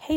hey,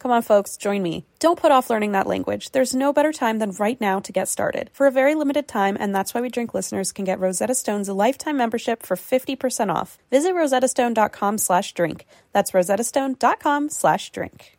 Come on, folks, join me. Don't put off learning that language. There's no better time than right now to get started. For a very limited time, and that's why we drink listeners can get Rosetta Stone's lifetime membership for 50% off. Visit rosettastone.com slash drink. That's rosettastone.com slash drink.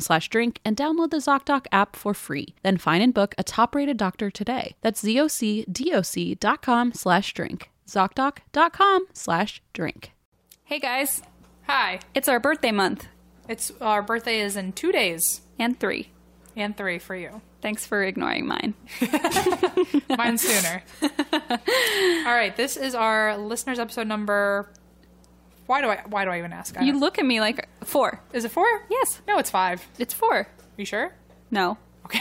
slash drink and download the ZocDoc app for free. Then find and book a top-rated doctor today. That's zocdoc.com slash drink. ZocDoc.com slash drink. Hey guys, Hi. it's our birthday month It's our birthday is in two days and three. and three for you. Thanks for ignoring mine. Mine sooner. All right, this is our listeners episode number. Why do I? Why do I even ask? I You don't- look at me like four. is it four? Yes, No, it's five. it's four. You sure? No. Okay.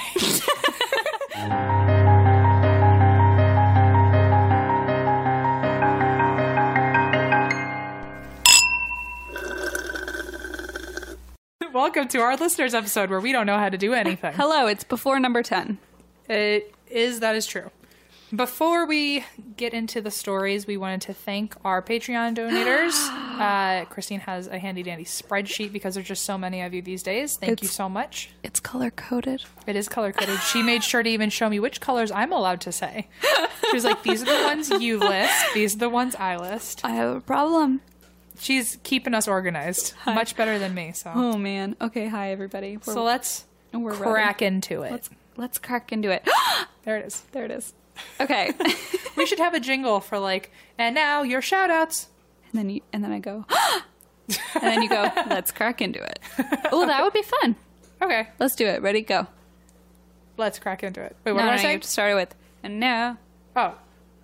Welcome to our listeners episode where we don't know how to do anything. Hello, it's before number 10. It is that is true. Before we get into the stories, we wanted to thank our Patreon donators. uh, Christine has a handy dandy spreadsheet because there's just so many of you these days. Thank you It's- so much. It's color coded. It is color coded. She made sure to even show me which colors I'm allowed to say. She was like, "These are the ones you list. These are the ones I list." I have a problem. She's keeping us organized, much better than me. So, Oh man. Okay, hi everybody. We're, so let's Oh, we're crack into it. Let's, let's crack into it. there it is. there it is. Okay. and We should have a jingle for like, and now your shout outs. then you and then I go And then you go, let's crack into it. Oh, that would be fun. Okay, Let's do it. Ready? Go. let's crack into it. Wait, what no, am no, I no, you saying? have to start it with and now Oh,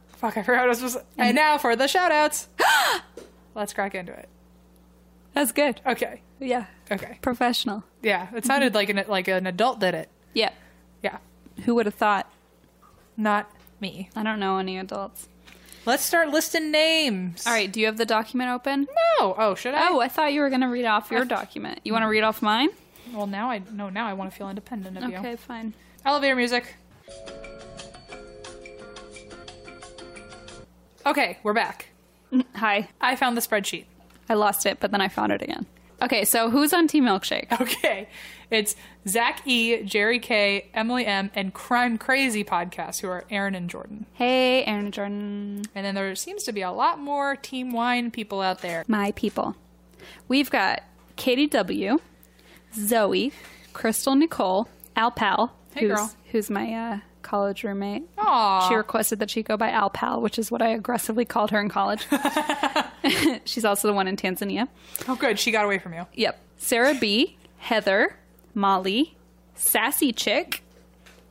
fuck, I forgot what I was supposed to. And now for the shout outs. Let's crack into it. That's good. Okay. Yeah. Okay. Professional. Yeah. It sounded like an, like an adult did it. Yeah. Yeah. Who would have thought? Not me. I don't know any adults. Let's start listing names. All right, do you have the document open? No. Oh, should I? Oh, I thought you were going to read off your document. You want to read off mine? Well, now I no. Now I want to feel independent of Okay, you. fine. Elevator music. Okay, we're back. Hi. I found the spreadsheet. I lost it, but then I found it again. Okay, so who's on Team Milkshake? Okay. It's Zach E, Jerry K, Emily M, and Crime Crazy Podcast, who are Aaron and Jordan. Hey, Aaron and Jordan, And then there seems to be a lot more Team Wine people out there. my people. We've got Katie W, Zoe, Crystal Nicole, Al Pal, Hey, who's, girl. who's my uh, college roommate. Aw. She requested that she go by Al Pal, which is what I aggressively called her in college. She's also the one in Tanzania. Oh, good. She got away from you. Yep. Sarah B, Heather, Molly, Sassy Chick,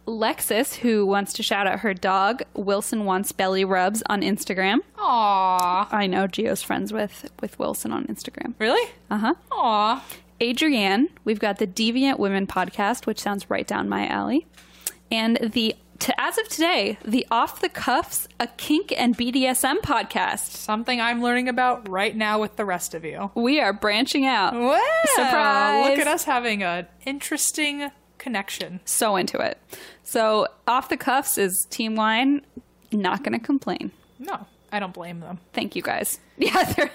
Lexis, who wants to shout out her dog, Wilson wants belly rubs on Instagram. Aw. I know Gio's friends with with Wilson on Instagram. Really? Uh-huh. Uh huh. Aw. Adrienne, we've got the Deviant Women podcast, which sounds right down my alley, and the to, as of today, the Off the Cuffs, a kink and BDSM podcast. Something I'm learning about right now with the rest of you. We are branching out. Wow. Surprise. Look at us having an interesting connection. So into it. So Off the Cuffs is Team Wine. Not going to complain. No, I don't blame them. Thank you guys. Yeah, they're-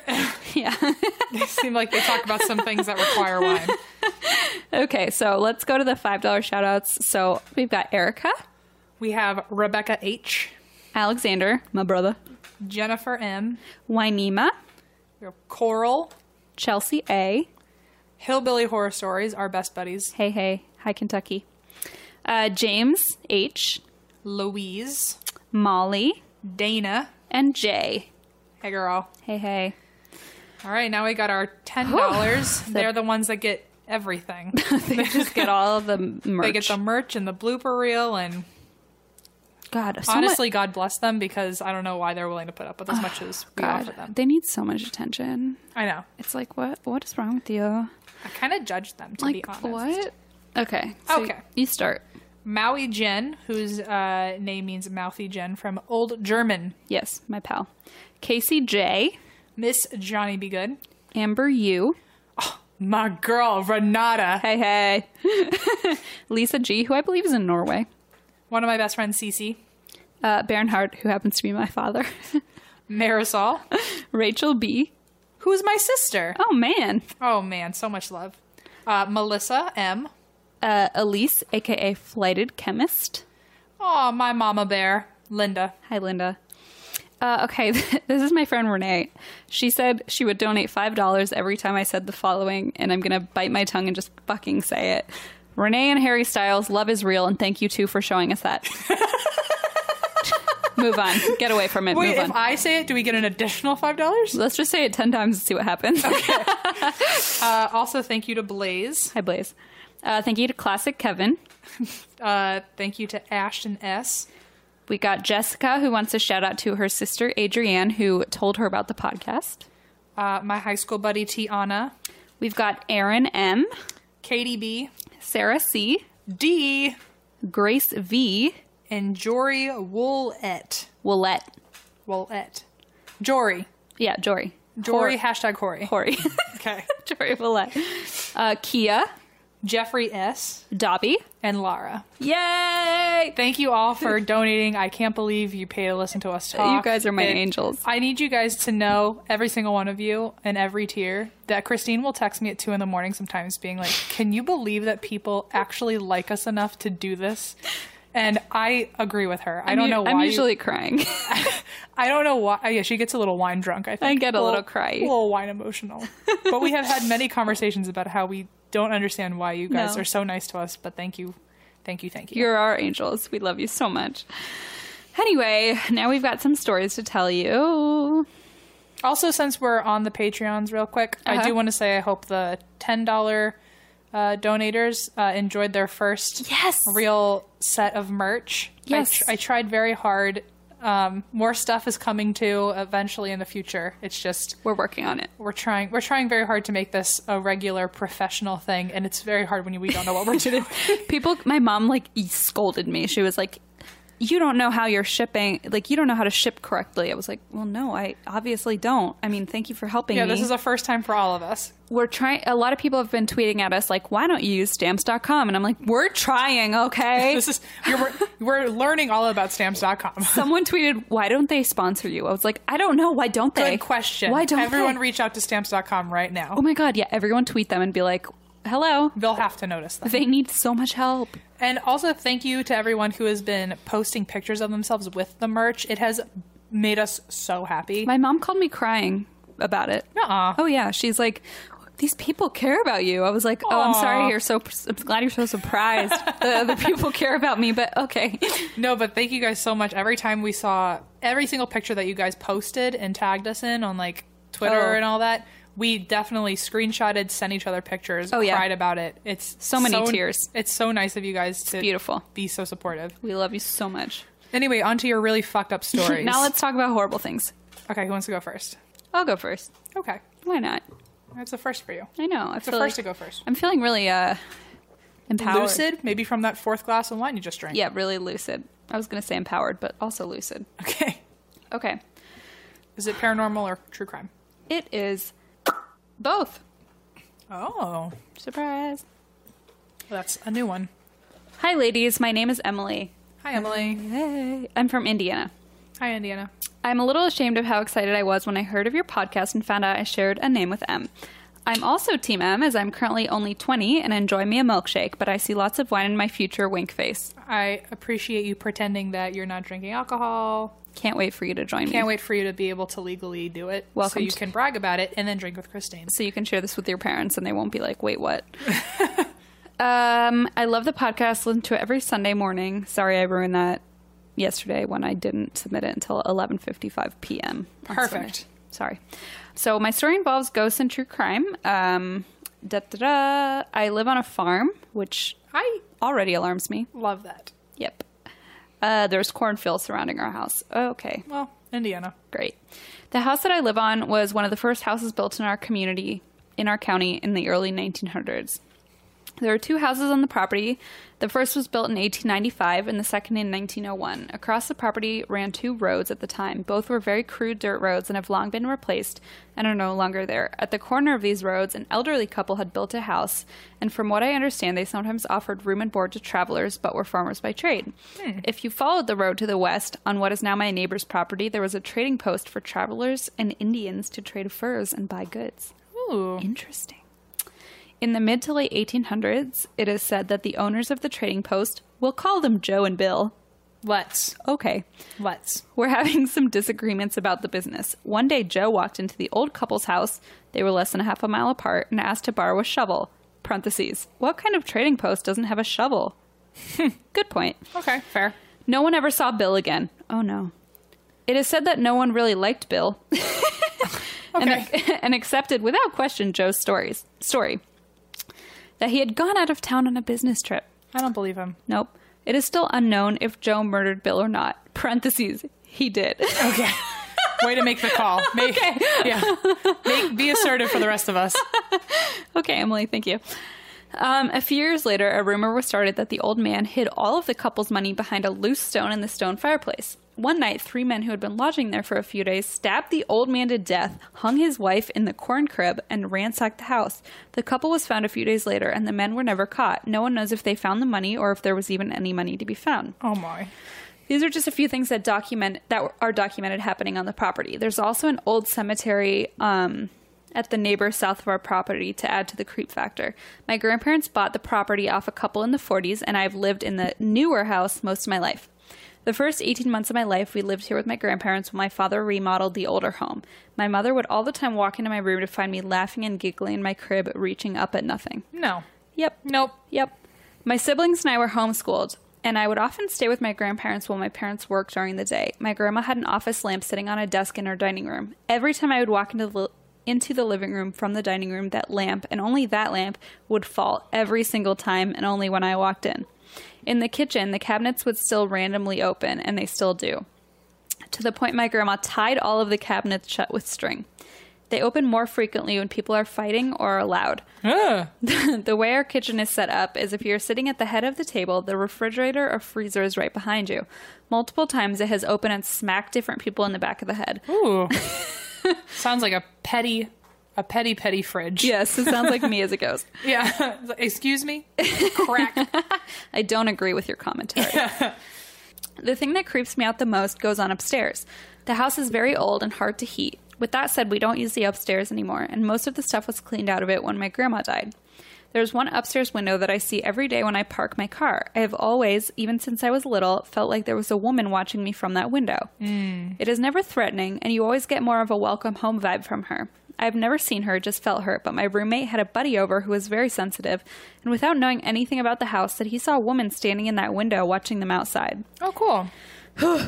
yeah. They seem like they talk about some things that require wine. Okay, so let's go to the five dollar shout outs. So we've got Erica, We have Rebecca H, Alexander, my brother, Jennifer M, Wynema, we have Coral, Chelsea A. Hillbilly Horror Stories, our best buddies, Hey, hey, hi Kentucky. Uh, James H, Louise, Molly, Dana. and Jay. Hey, girl. Hey, hey. All right, now we got our ten dollars. They're the ones that get everything. They just get all the merch. They get the merch and the blooper reel, and God, so honestly, God bless them because I don't know why they're willing to put up with as much as we much, offer them. God, they need so much attention. I know. It's like what? What is wrong with you? I kind of judged them to be Like honest. what? Okay. so Okay. You start. Maui Jen, whose uh, name means mouthy Jen from Old German. Yes, my pal, Casey J, Miss Johnny Be Good. Amber U. My girl Renata. Hey, hey. Lisa G, who I believe is in Norway. One of my best friends, Cece. Uh, Bernhard, who happens to be my father. Marisol, Rachel B. who's my sister. Oh, man. Oh man, so much love. Uh, Melissa M. Uh, Elise, aka Flighted Chemist. Oh, my mama bear, Linda. Hi, Linda. Uh, okay, this is my friend Renee. She said she would donate $5 every time I said the following, and I'm going to bite my tongue and just fucking say it. Renee and Harry Styles, love is real, and thank you too for showing us that. Move on. Get away from it. Wait, Move on. if I say it, do we get an additional five dollars? Let's just say it 10 times and see what happens. Uh, also, thank you to Blaze. Hi, Blaze. Uh, thank you to Classic Kevin. Uh, thank you to Ashton S. We got Jessica, who wants to shout out to her sister, Adrienne, who told her about the podcast. Uh, my high school buddy Tiana, We've got Aaron M., Katie B, Sarah C., D, Grace V., and Jory Woolett. Willette. Woolett. Jory. Yeah, Jory. Jory hashtag Corey. Corey. Okay. Jory Willette. Uh, Kia, Jeffrey S Dobby. and Lara. Yay! Thank you all for donating. I can't believe you pay to listen to us talk. You guys are my It- angels. I need you guys to know, every single one of you and every tier, that Christine will text me at two in the morning sometimes being like, Can you believe that people actually like us enough to do this? And I agree with her. I don't know why. I'm you- usually crying. I don't know why. Yeah, she gets a little wine drunk. I think I get a little cry. a little wine emotional. but we have had many conversations about how we don't understand why you guys No. are so nice to us. But thank you, thank you, thank you. You're our angels. We love you so much. Anyway, now we've got some stories to tell you. Also, since we're on the Patreons, real quick, I Uh-huh. do want to say I hope the ten dollar uh, donators uh, enjoyed their first Yes. real set of merch. I Yes. tr- I, tried very hard. Um, more stuff is coming too eventually in the future. It's just We're working on it. we're trying we're trying very hard to make this a regular professional thing, and it's very hard when you, we don't know what we're doing. People, my mom like scolded me. She was like, "You don't know how you're shipping. Like, you don't know how to ship correctly." I was like, "Well, no, I obviously don't. I mean, thank you for helping yeah, me." this is a first time for all of us. we're trying. A lot of people have been tweeting at us like, "Why don't you use stamps.com?" And I'm like, "We're trying, okay." This is you're, we're, we're learning all about stamps.com. Someone tweeted, "Why don't they sponsor you?" I was like, "I don't know. Why don't they?" Good question. Why don't everyone they? reach out to stamps.com right now? oh my god, yeah. Everyone tweet them and be like, "Hello." They'll have to notice that. They need so much help. And also, thank you to everyone who has been posting pictures of themselves with the merch. It has made us so happy. My mom called me crying about it. Nuh-uh. Oh yeah, she's like, these people care about you. I was like, oh, I'm sorry. Aw. You're so. I'm glad you're so surprised. the other people care about me, but okay. no, but thank you guys so much. Every time we saw every single picture that you guys posted and tagged us in on like Twitter Oh. and all that, We definitely screenshotted, sent each other pictures, Oh, yeah. cried about it. It's So many tears. It's so nice of you guys to beautiful. be so supportive. We love you so much. Anyway, on to your really fucked up stories. Now let's talk about horrible things. Okay, who wants to go first? I'll go first. Okay. Why not? That's the first for you. I know. I It's the feel first to like- go first. I'm feeling really uh empowered. Lucid, maybe from that fourth glass of wine you just drank. Yeah, really lucid. I was gonna say empowered, but also lucid. Okay. Okay. Is it paranormal or true crime? It is both. Oh, Surprise. that's a new one. Hi ladies, my name is Emily. Hi, Emily. Hey. I'm from Indiana. Hi, Indiana. I'm a little ashamed of how excited I was when I heard of your podcast and found out I shared a name with M. I'm also Team M as I'm currently only 20 and enjoy me a milkshake, but I see lots of wine in my future wink face. I appreciate you pretending that you're not drinking alcohol. Can't wait for you to join Can't me. wait for you to be able to legally do it. Welcome So you to- can brag about it and then drink with Christine. So you can share this with your parents and they won't be like, wait, what? um, I love the podcast. Listen to it every Sunday morning. Sorry I ruined that yesterday when I didn't submit it until 11.55 p.m. on Perfect. Sunday. Sorry. So my story involves ghosts and true crime. Um, da, da, da. I live on a farm, which I already alarms me. love that. Yep. Uh, there's cornfields surrounding our house. Okay. Well, Indiana. Great. The house that I live on was one of the first houses built in our community, in our county, in the early 1900s. There are two houses on the property. The first was built in 1895 and the second in 1901. Across the property ran two roads at the time. Both were very crude dirt roads and have long been replaced and are no longer there. At the corner of these roads, an elderly couple had built a house, and from what I understand, they sometimes offered room and board to travelers but were farmers by trade. If you followed the road to the west, on what is now my neighbor's property, there was a trading post for travelers and Indians to trade furs and buy goods. Ooh. Interesting. In the mid to late 1800s, it is said that the owners of the trading post, we'll call them Joe and Bill. Let's. Okay. Let's. We're having some disagreements about the business. One day, Joe walked into the old couple's house. They were less than a half a mile apart and asked to borrow a shovel. Parentheses. What kind of trading post doesn't have a shovel? Good point. Okay, fair. No one ever saw Bill again. Oh no. It is said that no one really liked Bill and, and accepted without question Joe's stories, story that he had gone out of town on a business trip. I don't believe him. Nope. It is still unknown if Joe murdered Bill or not. Parentheses. He did. Okay. Way to make the call. Make, okay. Yeah. Make, be assertive for the rest of us. okay, Emily, thank you. Um, a few years later, a rumor was started that the old man hid all of the couple's money behind a loose stone in the stone fireplace. One night, three men who had been lodging there for a few days stabbed the old man to death, hung his wife in the corn crib, and ransacked the house. The couple was found a few days later, and the men were never caught. No one knows if they found the money or if there was even any money to be found. Oh, my. These are just a few things that document that are documented happening on the property. There's also an old cemetery um, at the neighbor south of our property to add to the creep factor. My grandparents bought the property off a couple in the 40s, and I've lived in the newer house most of my life. The first 18 months of my life, we lived here with my grandparents when my father remodeled the older home. My mother would all the time walk into my room to find me laughing and giggling in my crib, reaching up at nothing. No. Yep. Nope. Yep. My siblings and I were homeschooled, and I would often stay with my grandparents while my parents worked during the day. My grandma had an office lamp sitting on a desk in her dining room. Every time I would walk into the into the living room from the dining room, that lamp and only that lamp would fall every single time and only when I walked in. In the kitchen, the cabinets would still randomly open, and they still do to the point my grandma tied all of the cabinets shut with string. They open more frequently when people are fighting or are loud. the way our kitchen is set up is if you're sitting at the head of the table, the refrigerator or freezer is right behind you. Multiple times it has opened and smacked different people in the back of the head. Ooh. Sounds like a petty, a petty, petty fridge. Yes, it sounds like me as it goes. Yeah. Excuse me? Crack. I don't agree with your commentary. the thing that creeps me out the most goes on upstairs. The house is very old and hard to heat. With that said, we don't use the upstairs anymore, and most of the stuff was cleaned out of it when my grandma died. There's one upstairs window that I see every day when I park my car. I have always, even since I was little, felt like there was a woman watching me from that window. It is never threatening, and you always get more of a welcome home vibe from her. I've never seen her, just felt her, but my roommate had a buddy over who was very sensitive, and without knowing anything about the house, said he saw a woman standing in that window watching them outside. Oh, cool.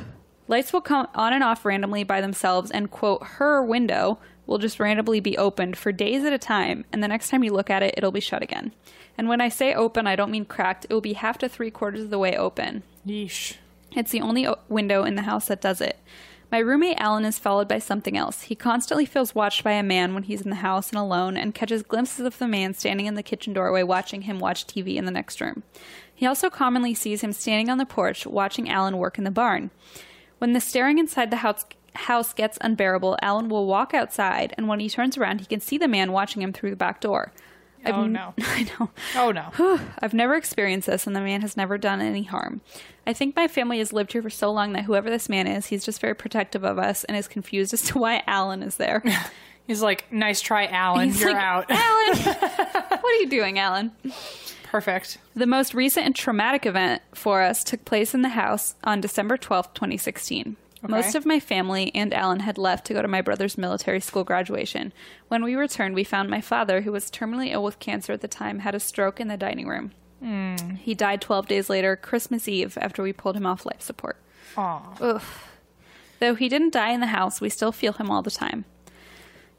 Lights will come on and off randomly by themselves, and quote, her window will just randomly be opened for days at a time, and the next time you look at it, it'll be shut again. And when I say open, I don't mean cracked, it will be half to three quarters of the way open. Yeesh. It's the only o- window in the house that does it. My roommate Alan is followed by something else. He constantly feels watched by a man when he's in the house and alone and catches glimpses of the man standing in the kitchen doorway watching him watch TV in the next room. He also commonly sees him standing on the porch watching Alan work in the barn. When the staring inside the house house gets unbearable, Alan will walk outside and when he turns around he can see the man watching him through the back door. Oh, n- no. I know. Oh no. I've never experienced this, and the man has never done any harm. I think my family has lived here for so long that whoever this man is, he's just very protective of us and is confused as to why Alan is there. He's like, nice try, Alan. He's You're like, out. Alan, what are you doing, Alan? Perfect. The most recent and traumatic event for us took place in the house on December 12th, 2016. Most of my family and Alan had left to go to my brother's military school graduation. When we returned, we found my father, who was terminally ill with cancer at the time, had a stroke in the dining room. He died 12 days later, Christmas Eve, after we pulled him off life support. Aw. Ugh. Though he didn't die in the house, we still feel him all the time.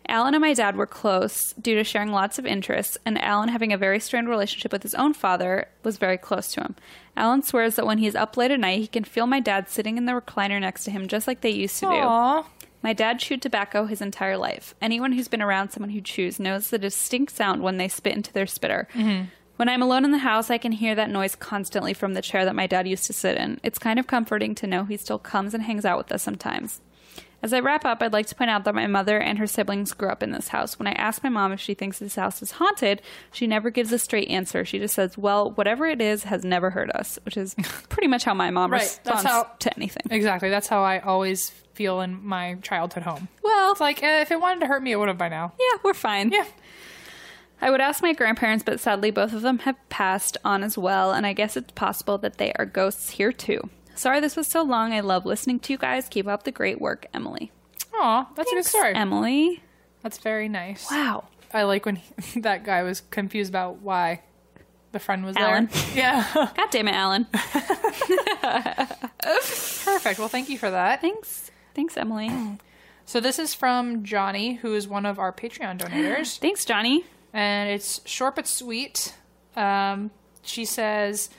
Alan and my dad were close due to sharing lots of interests, and Alan, having a very strained relationship with his own father, was very close to him. Alan swears that when he's up late at night, he can feel my dad sitting in the recliner next to him, just like they used to do. Aw. My dad chewed tobacco his entire life. Anyone who's been around someone who chews knows the distinct sound when they spit into their spitter. Mm-hmm. When I'm alone in the house, I can hear that noise constantly from the chair that my dad used to sit in. It's kind of comforting to know he still comes and hangs out with us sometimes. As I wrap up, I'd like to point out that my mother and her siblings grew up in this house. When I ask my mom if she thinks this house is haunted, she never gives a straight answer. She just says, "Well, whatever it is has never hurt us," which is pretty much how my mom Right, that's responds how- to anything. Exactly. That's how I always feel in my childhood home. Well, It's like, eh, if it wanted to hurt me, it would have by now. yeah, we're fine. Yeah. I would ask my grandparents, but sadly, both of them have passed on as well, and I guess it's possible that they are ghosts here too. Sorry this was so long. I love listening to you guys. Keep up the great work, Emily. Aw. That's a good story. Emily. That's very nice. Wow. I like when he, that guy was confused about why the friend was Alan. there. Yeah. God damn it, Alan. Perfect. Well, thank you for that. Thanks. Thanks, Emily. So this is from Johnny, who is one of our Patreon donators. Thanks, Johnny. and it's short but sweet. Um, she says,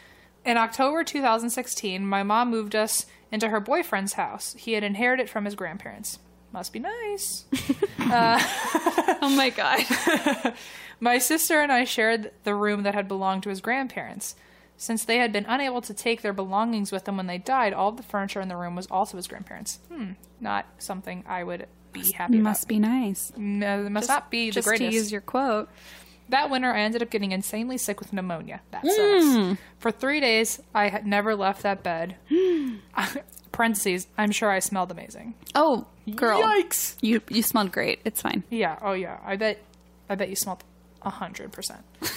in October 2016, my mom moved us into her boyfriend's house. He had inherited it from his grandparents. Must be nice. Oh my god. My sister and I shared the room that had belonged to his grandparents. Since they had been unable to take their belongings with them when they died, all of the furniture in the room was also his grandparents. Hmm, not something I would be happy Must be nice. about. No, it must not be the Just greatest. to use your quote. That winter, I ended up getting insanely sick with pneumonia. That sucks. For three days, I had never left that bed. Parentheses, I'm sure I smelled amazing. Oh, girl. Yikes! You you smelled great. It's fine. Yeah, oh yeah. I bet I bet you smelled a hundred percent.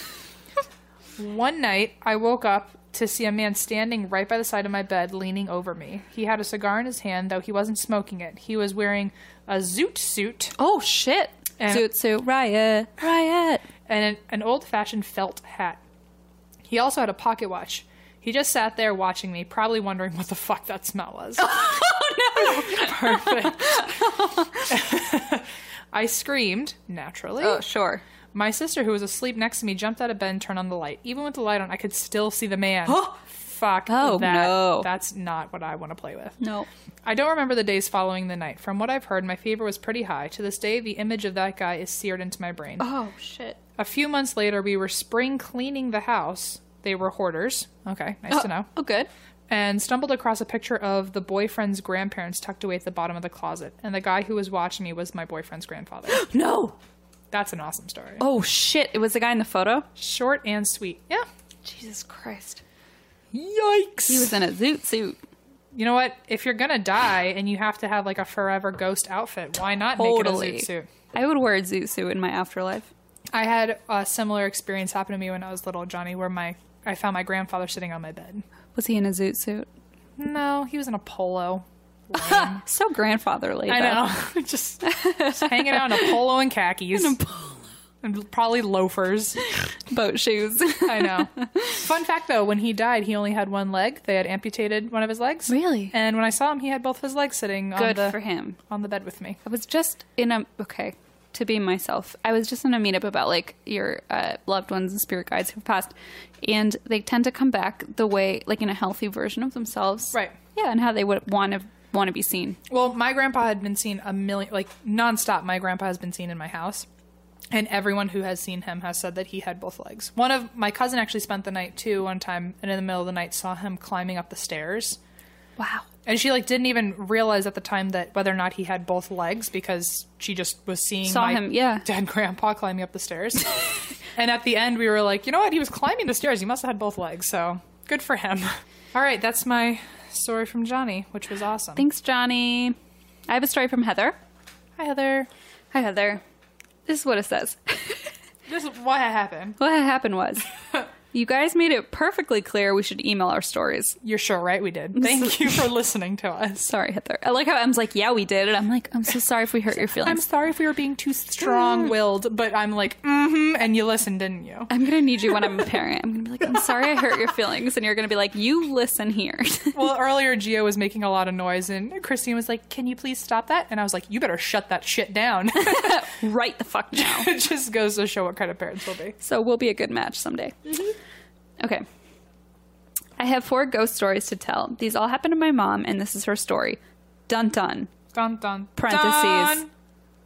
One night I woke up to see a man standing right by the side of my bed, leaning over me. He had a cigar in his hand, though he wasn't smoking it. He was wearing a zoot suit Oh shit. And- Zoot suit riot. Riot. and an, an old fashioned felt hat. He also had a pocket watch. He just sat there watching me, probably wondering what the fuck that smell was. oh no! Perfect. I screamed, naturally. Oh, sure. My sister, who was asleep next to me, jumped out of bed and turned on the light. Even with the light on, I could still see the man. Fuck Oh, that. no. That's not what I want to play with. No. I don't remember the days following the night. From what I've heard, my fever was pretty high. To this day, the image of that guy is seared into my brain. Oh shit. A few months later, we were spring cleaning the house. They were hoarders. Okay, nice to know. Oh, good. And stumbled across a picture of the boyfriend's grandparents tucked away at the bottom of the closet. And the guy who was watching me was my boyfriend's grandfather. No. That's an awesome story. Oh shit! It was the guy in the photo. Short and sweet. Yeah. Jesus Christ! Yikes. He was in a zoot suit. you know what? If you're gonna die and you have to have like a forever ghost outfit, why not Totally. make it a zoot suit? I would wear a zoot suit in my afterlife. I had a similar experience happen to me when I was little, Johnny, where my I found my grandfather sitting on my bed. Was he in a zoot suit? No, he was in a polo. So grandfatherly. I though. know. just, just hanging out in a polo and khakis. And probably loafers. Boat shoes. I know. Fun fact though, when he died, he only had one leg. They had amputated one of his legs. Really? And when I saw him, he had both his legs sitting on Good the for him. on the bed with me. I was just in a okay. to be myself. I was just in a meetup about like your uh, loved ones and spirit guides who've passed, and they tend to come back the way, like in a healthy version of themselves, Right. Yeah, and how they would want to want to be seen. Well, my grandpa had been seen a million, like nonstop. My grandpa has been seen in my house, and everyone who has seen him has said that he had both legs. One of my cousin actually spent the night too one time, and in the middle of the night saw him climbing up the stairs, Wow. and she like didn't even realize at the time that whether or not he had both legs because she just was seeing Saw my him, yeah. dead grandpa climbing up the stairs. and at the end, we were like, you know what? He was climbing the stairs. He must have had both legs. So good for him. All right, that's my story from Johnny, which was awesome. Thanks, Johnny. I have a story from Heather. Hi, Heather. Hi, Heather. This is what it says. This is what happened. what had happened was. You guys made it perfectly clear we should email our stories. You're sure, right? We did. Thank you for listening to us. Sorry, Heather. I like how Em's like, yeah, we did. And I'm like, I'm so sorry if we hurt your I'm feelings. sorry if we were being too strong willed, but I'm like, mm hmm, and you listened, didn't you? I'm, going to need you when I'm a parent. I'm going to be like, I'm sorry I hurt your feelings. And you're going to be like, you listen here. Well, earlier Gio was making a lot of noise, and Christine was like, Can you please stop that? And I was like, You better shut that shit down. right the fuck now. it just goes to show what kind of parents will be. So we'll be a good match someday. Mm-hmm. Okay. I have four ghost stories to tell. These all happened to my mom, and this is her story. Dun dun. Dun dun. Parentheses. dun.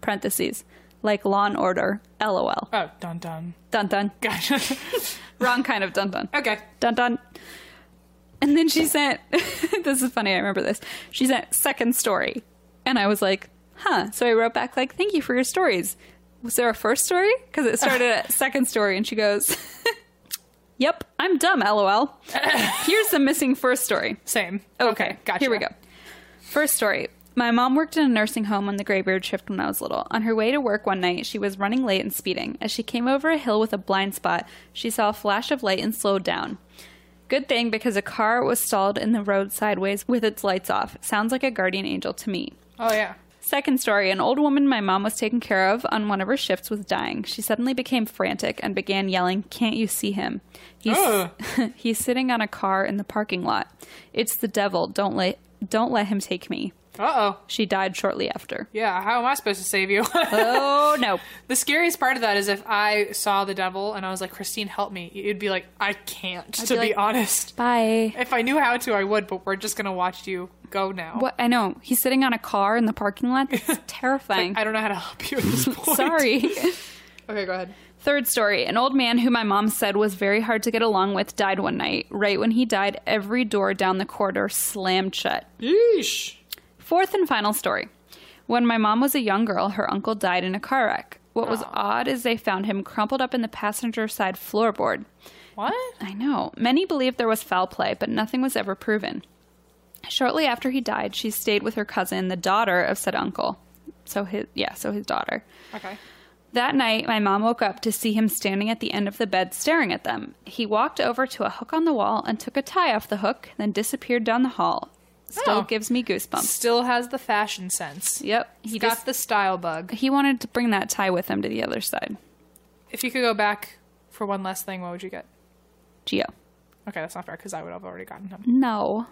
Parentheses. Like Law and Order. LOL. Oh, dun dun. Dun dun. Gotcha. Wrong kind of dun dun. okay. Dun dun. And then she sent, this is funny, I remember this. She sent second story. And I was like, huh. So I wrote back, like, thank you for your stories. Was there a first story? Because it started at second story. And she goes, yep, I'm dumb, lol. Here's the missing first story. Same. Gotcha. Here we go. First story. My mom worked in a nursing home on the graveyard shift when I was little. On her way to work one night, she was running late and speeding. As she came over a hill with a blind spot, she saw a flash of light and slowed down. Good thing because a car was stalled in the road sideways with its lights off. Sounds like a guardian angel to me. Oh, yeah. Second story An old woman my mom was taking care of on one of her shifts was dying. She suddenly became frantic and began yelling, Can't you see him? He's, Ugh. he's sitting on a car in the parking lot. It's the devil. Don't let, don't let him take me. Uh oh. She died shortly after. Yeah, how am I supposed to save you? Oh, no. The scariest part of that is if I saw the devil and I was like, Christine, help me, you'd be like, I can't, to be be, like- honest. Bye. If I knew how to, I would, but we're just going to watch you go now. What? I know. He's sitting on a car in the parking lot. It's terrifying. I don't know how to help you at this point. Sorry. Okay, go ahead. Third story An old man who my mom said was very hard to get along with died one night. Right when he died, every door down the corridor slammed shut. Yeesh. Fourth and final story. When my mom was a young girl, her uncle died in a car wreck. What was odd is they found him crumpled up in the passenger side floorboard. What? I know. Many believe there was foul play, but nothing was ever proven. Shortly after he died, she stayed with her cousin, the daughter of said uncle. So his yeah, so his daughter. Okay. That night, my mom woke up to see him standing at the end of the bed staring at them. He walked over to a hook on the wall and took a tie off the hook, then disappeared down the hall. Still Oh. gives me goosebumps. Still has the fashion sense. Yep, he He got just the style bug. he wanted to bring that tie with him to the other side. If you could go back for one last thing, what would you get? Geo. Okay, that's not fair because I would have already gotten him. No.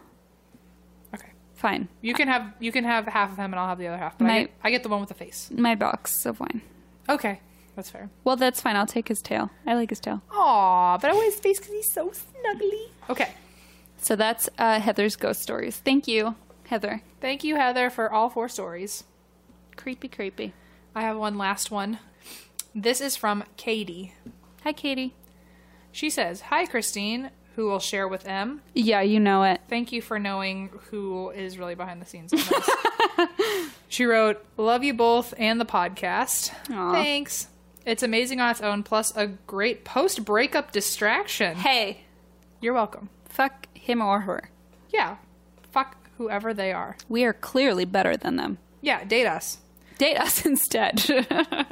Okay. Fine. You can have you can have half of him and I'll have the other half. But My- I, get, I get the one with the face. My box of wine. Okay. That's fair. Well, that's fine. I'll take his tail. I like his tail. Aw, but I want his face because he's so snuggly. Okay. So that's uh, Heather's ghost stories. Thank you, Heather. Thank you, Heather, for all four stories. Creepy, creepy. I have one last one. This is from Katie. Hi, Katie. She says, Hi, Christine, who will share with M. Yeah, you know it. Thank you for knowing who is really behind the scenes. on this." she wrote, Love you both and the podcast. Aw. Thanks. It's amazing on its own, plus a great post breakup distraction. Hey, You're welcome. fuck him or her. Yeah. Fuck whoever they are. We are clearly better than them. Yeah, date us. Date us instead.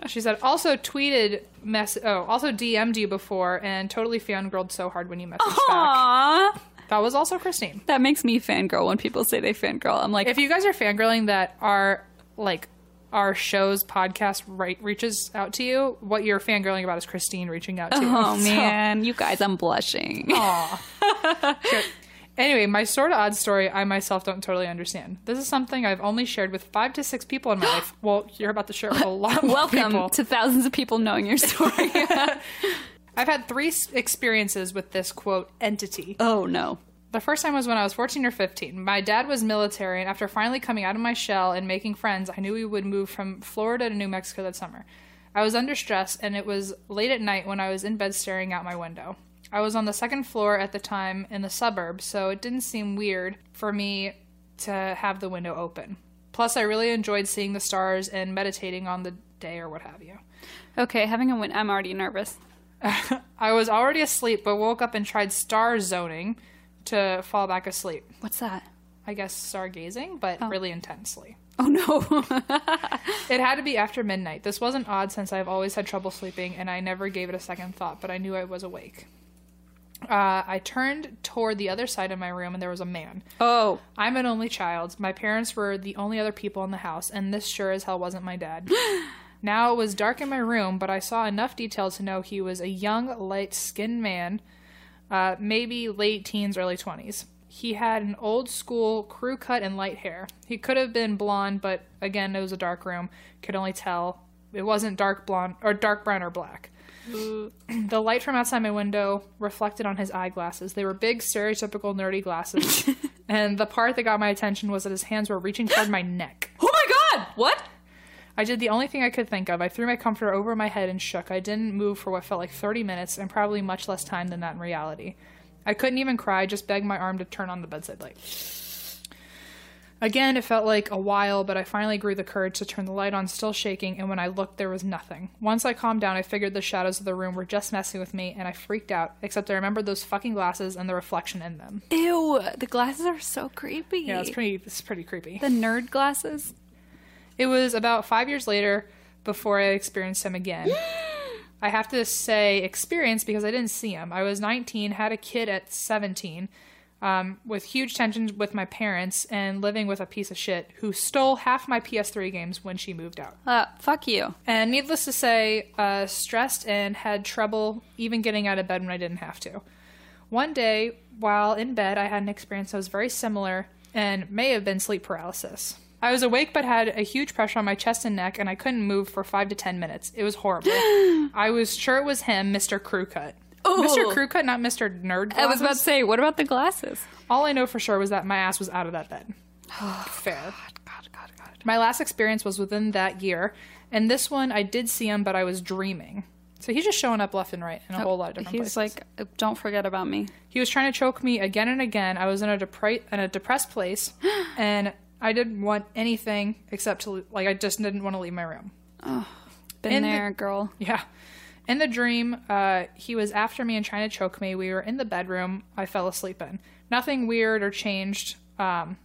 She said, also tweeted, mess- oh, also DM'd you before and totally fangirled so hard when you messaged back. Aww. That was also Christine. That makes me fangirl when people say they fangirl. I'm like, If you guys are fangirling that our like our show's podcast right reaches out to you, what you're fangirling about is Christine reaching out to you. oh So- man, you guys, I'm blushing. Aw. Sure. Anyway, my sort of odd story I myself don't totally understand. This is something I've only shared with five to six people in my life. Well, you're about to share with a lot more Welcome people. to thousands of people knowing your story. I've had three s- experiences with this quote entity. oh no. The first time was when I was 14 or 15. My dad was military, and after finally coming out of my shell and making friends, I knew we would move from Florida to New Mexico that summer. I was under stress, and it was late at night when I was in bed staring out my window. I was on the second floor at the time in the suburbs, so it didn't seem weird for me to have the window open. Plus, I really enjoyed seeing the stars and meditating on the day or what have you. Okay, having a win. I'm already nervous. I was already asleep, but woke up and tried star zoning to fall back asleep. What's that? I guess stargazing, but really intensely. Oh no. It had to be after midnight. This wasn't odd since I've always had trouble sleeping and I never gave it a second thought, but I knew I was awake. Uh, I turned toward the other side of my room and there was a man. oh. I'm an only child. My parents were the only other people in the house, and this sure as hell wasn't my dad. now it was dark in my room, but I saw enough detail to know he was a young, light skinned man, uh, maybe late teens, early 20s. He had an old school crew cut and light hair. He could have been blonde, but again, it was a dark room. Could only tell it wasn't dark blonde or dark brown or black. The light from outside my window reflected on his eyeglasses. They were big, stereotypical nerdy glasses. and the part that got my attention was that his hands were reaching toward my neck. Oh my god. What? I did the only thing I could think of. I threw my comforter over my head and shook. I didn't move for what felt like 30 minutes and probably much less time than that in reality. I couldn't even cry, I just begged my arm to turn on the bedside light. Again, it felt like a while, but I finally grew the courage to turn the light on, still shaking, and when I looked, there was nothing. Once I calmed down, I figured the shadows of the room were just messing with me, and I freaked out, except I remembered those fucking glasses and the reflection in them. Ew. The glasses are so creepy. Yeah, it's pretty, it's pretty creepy. the nerd glasses. It was about five years later before I experienced him again. I have to say experience because I didn't see him. I was 19, had a kid at 17, um, with huge tensions with my parents, and living with a piece of shit who stole half my PS3 games when she moved out. Uh, fuck you. And needless to say, uh, stressed and had trouble even getting out of bed when I didn't have to. One day, while in bed, I had an experience that was very similar and may have been sleep paralysis. I was awake but had a huge pressure on my chest and neck, and I couldn't move for five to ten minutes. It was horrible. I was sure it was him, Mr. Crewcut. Mr. Crewcut, not Mr. Nerd. Oh. I was about to Glasses. say, what about the glasses? All I know for sure was that my ass was out of that bed. Fair. God, God, God. My last experience was within that year, and this one I did see him, but I was dreaming. So he's just showing up left and right in a whole lot of different He's places. like, uh, don't forget about me. he was trying to choke me again and again. I was in a depri- in a depressed place, and I didn't want anything except to like I just didn't want to leave my room. Been And the- there, girl. Yeah. In the dream, uh, he was after me and trying to choke me. We were in the bedroom I fell asleep in. Nothing weird or changed. Um,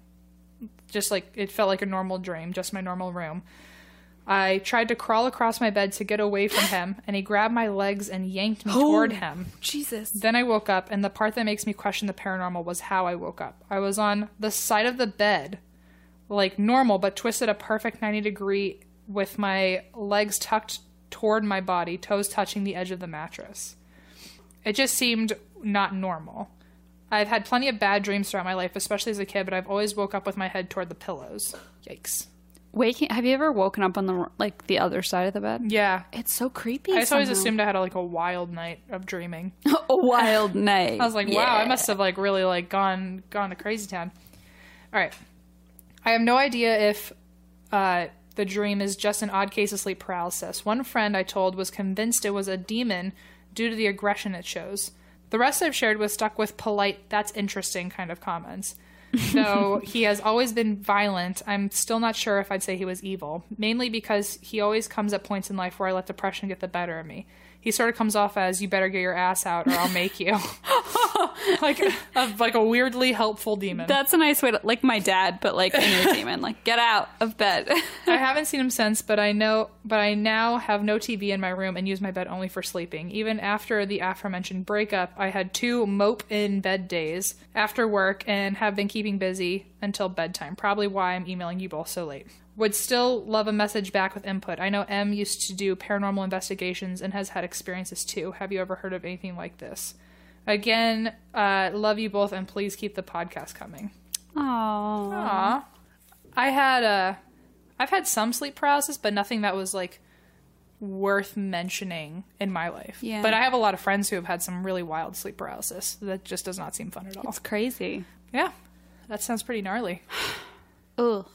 just like it felt like a normal dream, just my normal room. I tried to crawl across my bed to get away from him, and he grabbed my legs and yanked me toward him. Jesus. Then I woke up, and the part that makes me question the paranormal was how I woke up. I was on the side of the bed, like normal, but twisted a perfect 90 degree with my legs tucked toward my body, toes touching the edge of the mattress. It just seemed not normal. I've had plenty of bad dreams throughout my life, especially as a kid, but I've always woke up with my head toward the pillows. Yikes. Waking. Have you ever woken up on the like the other side of the bed? Yeah. It's so creepy. I just always somehow. assumed I had like a wild night of dreaming. a wild night. I was like, wow, I must have like really like gone gone to crazy town. All right, I have no idea if uh, the dream is just an odd case of sleep paralysis. One friend I told was convinced it was a demon due to the aggression it shows. The rest I've shared was stuck with polite, that's interesting kind of comments. Though he has always been violent, I'm still not sure if I'd say he was evil, mainly because he always comes at points in life where I let depression get the better of me. He sort of comes off as you better get your ass out or I'll make you. like a, like a weirdly helpful demon. That's a nice way to like my dad, but like in a demon, like get out of bed. I haven't seen him since, but I know, but I now have no TV in my room and use my bed only for sleeping. Even after the aforementioned breakup, I had two mope in bed days after work and have been keeping busy until bedtime. Probably why I'm emailing you both so late. Would still love a message back with input. I know M used to do paranormal investigations and has had experiences too. Have you ever heard of anything like this? Again, uh, love you both, and please keep the podcast coming. Aww. Aw. I had a, I've had some sleep paralysis, but nothing that was like worth mentioning in my life. Yeah. But I have a lot of friends who have had some really wild sleep paralysis that just does not seem fun at all. It's crazy. yeah. That sounds pretty gnarly. Ugh.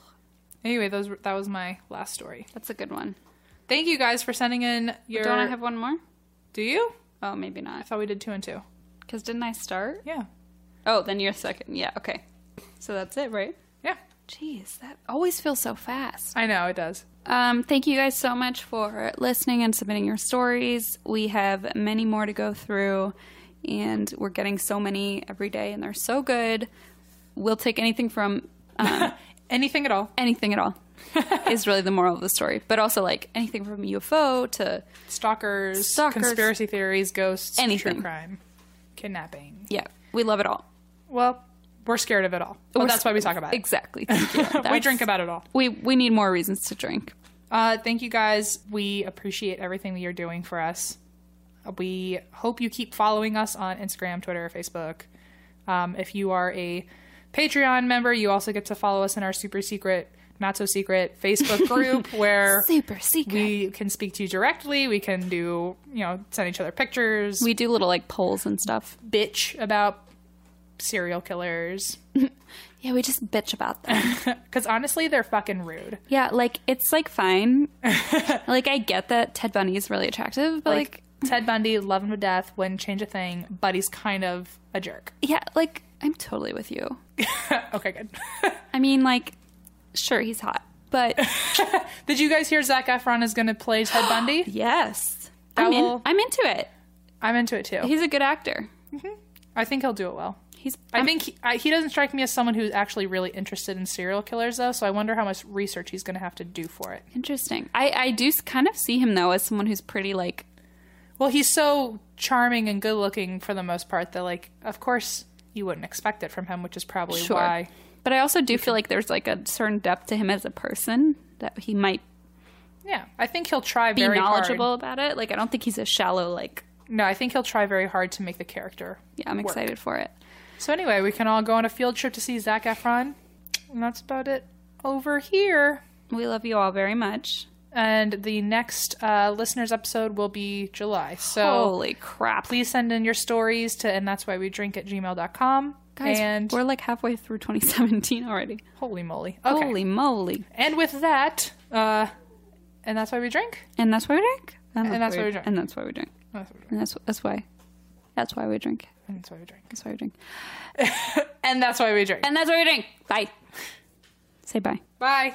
Anyway, those were- that was my last story. That's a good one. Thank you guys for sending in your. Don't I have one more? Do you? Oh, maybe I not. thought we did two and two. Because didn't I start? Yeah. Oh, then you're second. Yeah, okay. So that's it, right? Yeah. Jeez, that always feels so fast. I know it does. Um, thank you guys so much for listening and submitting your stories. We have many more to go through, and we're getting so many every day, and they're so good. We'll take anything from um, Anything at all. anything at all, is really the moral of the story. But also, like anything from UFO to, Stalkers, Stalkers. conspiracy theories, ghosts, Anything. true crime, kidnapping. yeah, we love it all. Well, we're scared of it all. But We're- that's why we talk about it. Exactly. Thank you. we That's- drink about it all. We, we need more reasons to drink. Uh, thank you guys. We appreciate everything that you're doing for us. We hope you keep following us on Instagram, Twitter, Facebook. Um, if you are a Patreon member, you also get to follow us in our super secret, not so secret Facebook group where Super secret. We, we can speak to you directly. We can do, you know, send each other pictures, do little like polls and stuff. bitch about serial killers. Yeah, we just bitch about them. Because honestly, they're fucking rude. Yeah, like it's like fine. like I get that Ted Bundy is really attractive, but like, Like, Ted Bundy, love him to death, wouldn't change a thing, but he's kind of a jerk. yeah, like I'm totally with you. Okay, good. I mean, like sure he's hot, but Did you guys hear Zach Efron is going to play Ted Bundy? yes. That I'm, in, will- I'm into it. I'm into it too. He's a good actor. I think he'll do it well. He's I think he, I, he doesn't strike me as someone who's actually really interested in serial killers, though. So I wonder how much research he's going to have to do for it. interesting. I I do s- kind of see him though as someone who's pretty like Well, he's so charming and good looking for the most part that, like, of course you wouldn't expect it from him, which is probably sure. why. But I also do feel like there's like a certain depth to him as a person that he might Yeah, I think he'll try be very knowledgeable hard. about it. Like I don't think he's a shallow like No, I think he'll try very hard to make the character. yeah, I'm work. excited for it. So anyway, we can all go on a field trip to see Zach Efron, and that's about it over here. We love you all very much. And the next uh, listeners episode will be July. So Holy crap. please send in your stories to and that's why we drink at gmail.com. Guys, and we're like halfway through 2017 already. holy moly. Okay. Holy moly. And with that, uh, and that's why we drink. And that's why we drink. And that's why we drink. And that's why we drink. That's why we drink. And that's that's why. That's why we drink. And that's why we drink. That's why we drink. And that's why we drink. And that's why we drink. Bye. Say bye. Bye.